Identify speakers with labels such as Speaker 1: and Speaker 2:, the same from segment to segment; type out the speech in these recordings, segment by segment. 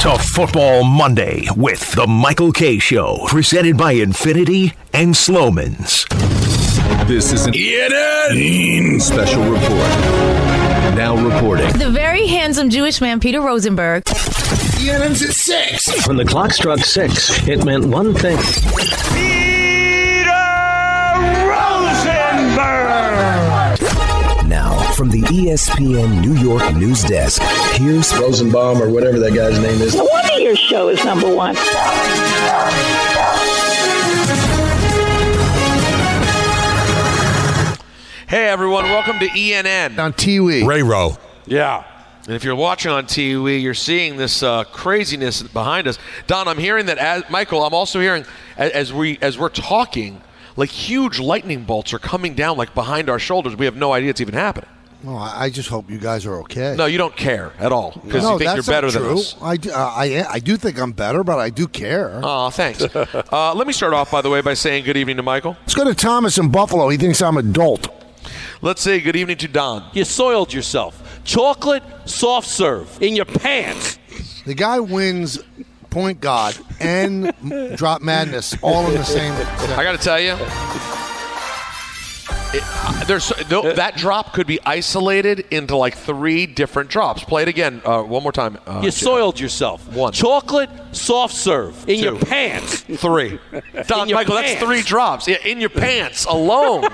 Speaker 1: to Football Monday with The Michael K. Show, presented by Infinity and Slowman's.
Speaker 2: This is an E special report. Now reporting.
Speaker 3: E
Speaker 4: The very handsome Jewish man, Peter Rosenberg.
Speaker 3: ENN's at six.
Speaker 5: When the clock struck six, it meant one thing.
Speaker 6: Now, from the E ESPN New York news desk, here's
Speaker 7: Rosenbaum or whatever that guy's name is.
Speaker 8: No wonder your show is number one.
Speaker 9: Hey everyone, welcome to ENN.
Speaker 10: on Tiwi.
Speaker 11: Ray Row.
Speaker 9: Yeah. And if you're watching on TV, you're seeing this uh, craziness behind us. Don, I'm hearing that as Michael, I'm also hearing as, as we as we're talking, like huge lightning bolts are coming down like behind our shoulders. We have no idea it's even happening.
Speaker 10: Well, I I just hope you guys are okay.
Speaker 9: No, you don't care at all because
Speaker 10: No,
Speaker 9: you think you're
Speaker 10: that's
Speaker 9: better
Speaker 10: not
Speaker 9: than
Speaker 10: true.
Speaker 9: us.
Speaker 10: I do, uh, I, am- I do think I'm better, but I do care.
Speaker 9: Aw, thanks. uh, let me start off, by the way, by saying good evening to Michael.
Speaker 10: Let's go to Thomas in Buffalo. He thinks I'm adult.
Speaker 9: Let's say good evening to Don.
Speaker 12: You soiled yourself. Chocolate soft serve in your pants.
Speaker 10: The guy wins Point God and M- Drop Madness all in the same.
Speaker 9: I got to tell you, it, uh, there's no, that drop could be isolated into like three different drops. Play it again, uh, one more time. Uh,
Speaker 12: you
Speaker 9: Jim.
Speaker 12: soiled yourself.
Speaker 9: One.
Speaker 12: Chocolate soft serve in your
Speaker 9: Two.
Speaker 12: pants.
Speaker 9: Three. Don
Speaker 12: In your
Speaker 9: Michael, that's
Speaker 12: pants.
Speaker 9: three drops. Yeah, in your pants alone.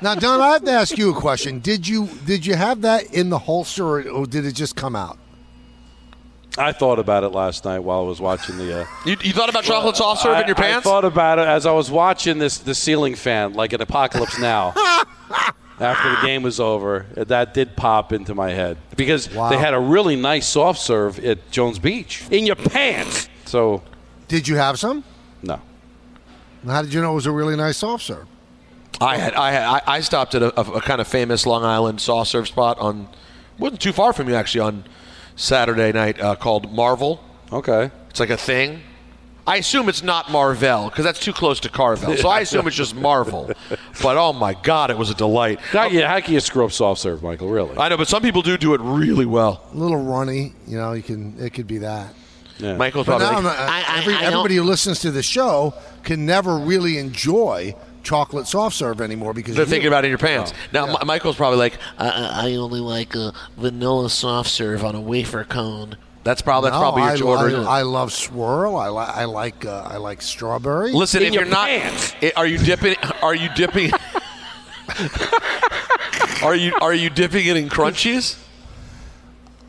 Speaker 10: Now, Don, I have to ask you a question. Did you did you have that in the holster, or, or did it just come out?
Speaker 13: I thought about it last night while I was watching the. Uh,
Speaker 9: you, you thought about chocolate soft serve in your
Speaker 13: I-
Speaker 9: pants?
Speaker 13: I thought about it as I was watching this the ceiling fan, like an apocalypse now. After the game was over, that did pop into my head because they had a really nice soft serve at Jones Beach.
Speaker 12: In your pants.
Speaker 13: So,
Speaker 10: Did you have some?
Speaker 13: no.
Speaker 10: And How did you know it was a really nice soft serve?
Speaker 9: I had. I had. I, I stopped at a, a, a kind of famous Long Island soft serve spot on, wasn't too far from you actually on Saturday night uh, called Marvel.
Speaker 13: Okay.
Speaker 9: It's like a thing. I assume it's not Marvell because that's too close to Carvel. So I assume it's just Marvel. But oh my God, it was a delight.
Speaker 13: How, can you, how can you screw up soft serve, Michael? Really?
Speaker 9: I know, but some people do do it really well.
Speaker 10: A little runny, you know. You can it could be that.
Speaker 13: Yeah.
Speaker 9: Michael's
Speaker 10: But
Speaker 9: probably
Speaker 10: now,
Speaker 9: like,
Speaker 10: I'm not- uh, every-
Speaker 9: I don't-
Speaker 10: everybody who listens to the show can never really enjoy chocolate soft serve anymore because
Speaker 9: they're
Speaker 10: of you. Oh,
Speaker 9: thinking about it in your pants. Now, Mi- Michael's probably like,
Speaker 14: I, I only like a vanilla soft serve on a wafer cone.
Speaker 9: that's probably, that's
Speaker 10: No,
Speaker 9: probably your
Speaker 10: Oh, I,
Speaker 9: order.
Speaker 10: I, I love swirl. I, li- I like uh, I like strawberry.
Speaker 9: Listen,
Speaker 12: In
Speaker 9: if
Speaker 12: your
Speaker 9: you're not,
Speaker 12: pants.
Speaker 9: i- are you dipping? Are you dipping? are you are you dipping it in crunchies?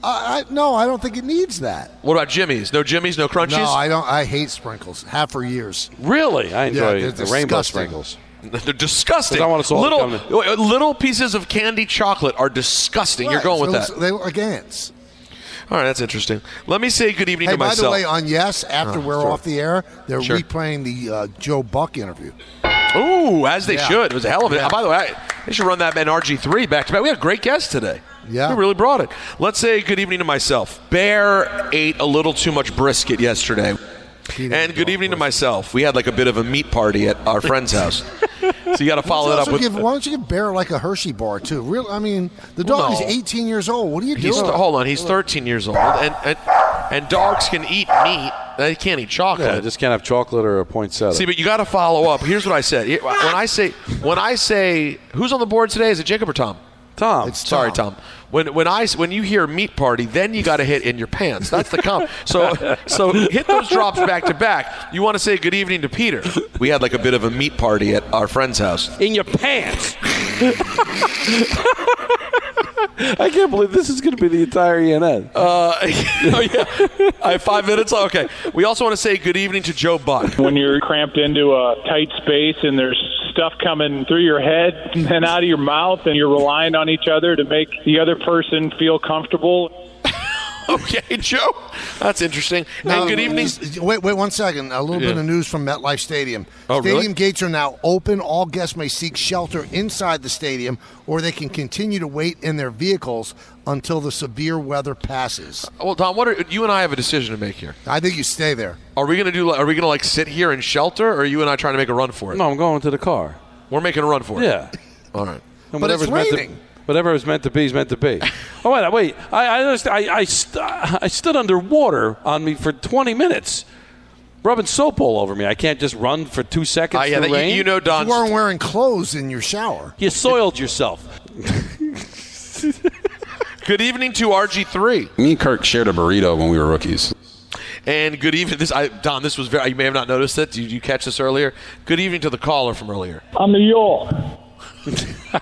Speaker 10: I, I, no, I don't think it needs that.
Speaker 9: What about Jimmy's? No Jimmy's, no crunchies.
Speaker 10: No, I don't. I hate sprinkles. Have for years.
Speaker 13: Really? I enjoy
Speaker 10: they're
Speaker 13: the rainbow
Speaker 10: disgusting.
Speaker 13: sprinkles.
Speaker 9: They're disgusting.
Speaker 13: 'Cause I wanna solve it,
Speaker 9: little
Speaker 13: Dominic.
Speaker 9: wait, little pieces of candy chocolate are disgusting. You're
Speaker 10: Right,
Speaker 9: going with
Speaker 10: so
Speaker 9: that.
Speaker 10: They look like ants.
Speaker 9: All right, that's interesting. Let me say good evening
Speaker 10: Hey,
Speaker 9: to
Speaker 10: by
Speaker 9: myself.
Speaker 10: the way, on Yes, after
Speaker 9: Oh,
Speaker 10: we're
Speaker 9: sure.
Speaker 10: off the air, they're
Speaker 9: Sure.
Speaker 10: replaying the uh, Joe Buck interview.
Speaker 9: Ooh, as they
Speaker 10: uh, Yeah.
Speaker 9: should. It was a hell of it. By the way, I, they should run that in RG3 back to back. We had a great guest today.
Speaker 10: Yeah.
Speaker 9: They really brought it. Let's say good evening to myself. Bear ate a little too much brisket yesterday. And good evening to myself. We had like a bit of a meat party at our friend's house. So you got to follow that up
Speaker 10: Also
Speaker 9: with.
Speaker 10: give- why don't you give Bear like a Hershey bar too? Real, I mean, the
Speaker 9: Well,
Speaker 10: dog is
Speaker 9: no.
Speaker 10: 18 years old. What are you
Speaker 9: He's
Speaker 10: doing?
Speaker 9: hold on. He's 13 years old, and and, and dogs can eat meat. They can't eat chocolate.
Speaker 13: Yeah, I just can't have chocolate or a poinsettia.
Speaker 9: See, but you got to follow up. Here's what I said. Here- When I say when I say who's on the board today? Is it Jacob or Tom?
Speaker 13: Tom,
Speaker 10: It's-
Speaker 9: Sorry,
Speaker 10: Tom.
Speaker 9: Tom. When when I when you hear meat party, then you got to hit in your pants. That's the comp. So so hit those drops back to back. You want to say good evening to Peter? We had like a bit of a meat party at our friend's house.
Speaker 12: In your pants.
Speaker 13: I can't believe this is going to be the entire ENN.
Speaker 9: Uh, oh, yeah. I have five minutes. Okay. We also want to say good evening to Joe Buck.
Speaker 15: when you're cramped into a tight space and there's stuff coming through your head and out of your mouth and you're relying on each other to make the other person feel comfortable.
Speaker 9: Okay, Joe. That's interesting.
Speaker 10: Now,
Speaker 9: and good evening.
Speaker 10: just- Wait, wait one second. A little bit
Speaker 9: Yeah.
Speaker 10: of news from MetLife Stadium.
Speaker 9: Oh, really?
Speaker 10: stadium gates are now open. All guests may seek shelter inside the stadium, or they can continue to wait in their vehicles until the severe weather passes.
Speaker 9: Well, Don, what are you and I have a decision to make here?
Speaker 10: I think you stay there.
Speaker 9: Are we gonna do? like- Are we gonna like sit here and shelter, or are you and I trying to make a run for it?
Speaker 13: No, I'm going to the car.
Speaker 9: We're making a run for it.
Speaker 13: Yeah.
Speaker 9: All right.
Speaker 13: And
Speaker 10: But it's
Speaker 13: whatever's meant to-
Speaker 10: raining.
Speaker 13: Whatever is meant to be is meant to be. oh wait, wait. I I, just, I, I, st- uh, I stood underwater on me for 20 minutes, rubbing soap all over me. I can't just run for two seconds.
Speaker 9: Ah, yeah,
Speaker 13: in
Speaker 9: that-
Speaker 13: the
Speaker 9: you-
Speaker 13: rain.
Speaker 9: you know Don's-
Speaker 10: You weren't wearing clothes in your shower.
Speaker 13: You soiled yourself.
Speaker 9: Good evening to RG3,
Speaker 11: Me and Kirk shared a burrito when we were rookies.
Speaker 9: and good evening. This I, Don, this was very. You may have not noticed it. Did you catch this earlier? Good evening to the caller from earlier.
Speaker 15: I'm New York.
Speaker 13: I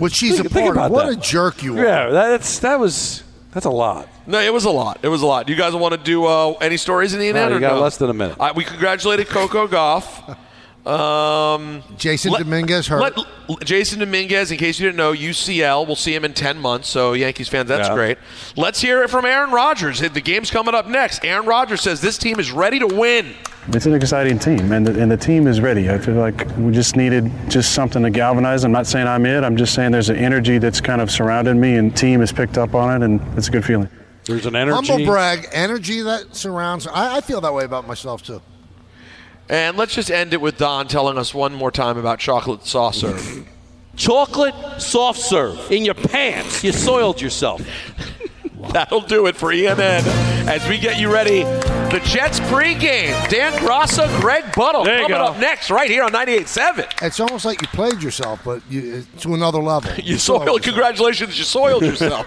Speaker 10: Which she's a part of. What a jerk you are.
Speaker 13: Yeah, that's that was that's a lot.
Speaker 9: No, it was a lot. It was a lot. You guys want to do uh, any stories in the end?
Speaker 13: No, you
Speaker 9: or
Speaker 13: got
Speaker 9: no?
Speaker 13: less than a minute.
Speaker 9: I, we congratulated Coco Goff. Um,
Speaker 10: Jason Dominguez hurt.
Speaker 9: let- l- Jason Dominguez, in case you didn't know, UCL. We'll see him in 10 months. So, Yankees fans, that's
Speaker 13: Yeah.
Speaker 9: great. Let's hear it from Aaron Rodgers. The game's coming up next. Aaron Rodgers says this team is ready to win.
Speaker 16: It's an exciting team, and the, and the team is ready. I feel like we just needed just something to galvanize. I'm not saying I'm it. I'm just saying there's an energy that's kind of surrounded me, and team has picked up on it, and it's a good feeling.
Speaker 13: There's an energy.
Speaker 10: Humble brag, energy that surrounds. I, I feel that way about myself too.
Speaker 9: And let's just end it with Don telling us one more time about chocolate sauce serve.
Speaker 12: Chocolate soft serve in your pants. You soiled yourself.
Speaker 9: That'll do it for ENN as we get you ready. The Jets pregame. Dan Grasso, Greg Buttle
Speaker 10: There you
Speaker 9: coming
Speaker 10: go.
Speaker 9: up next right here on 98.7.
Speaker 10: It's almost like you played yourself, but you, to another level.
Speaker 9: You soiled. Congratulations, you soiled yourself.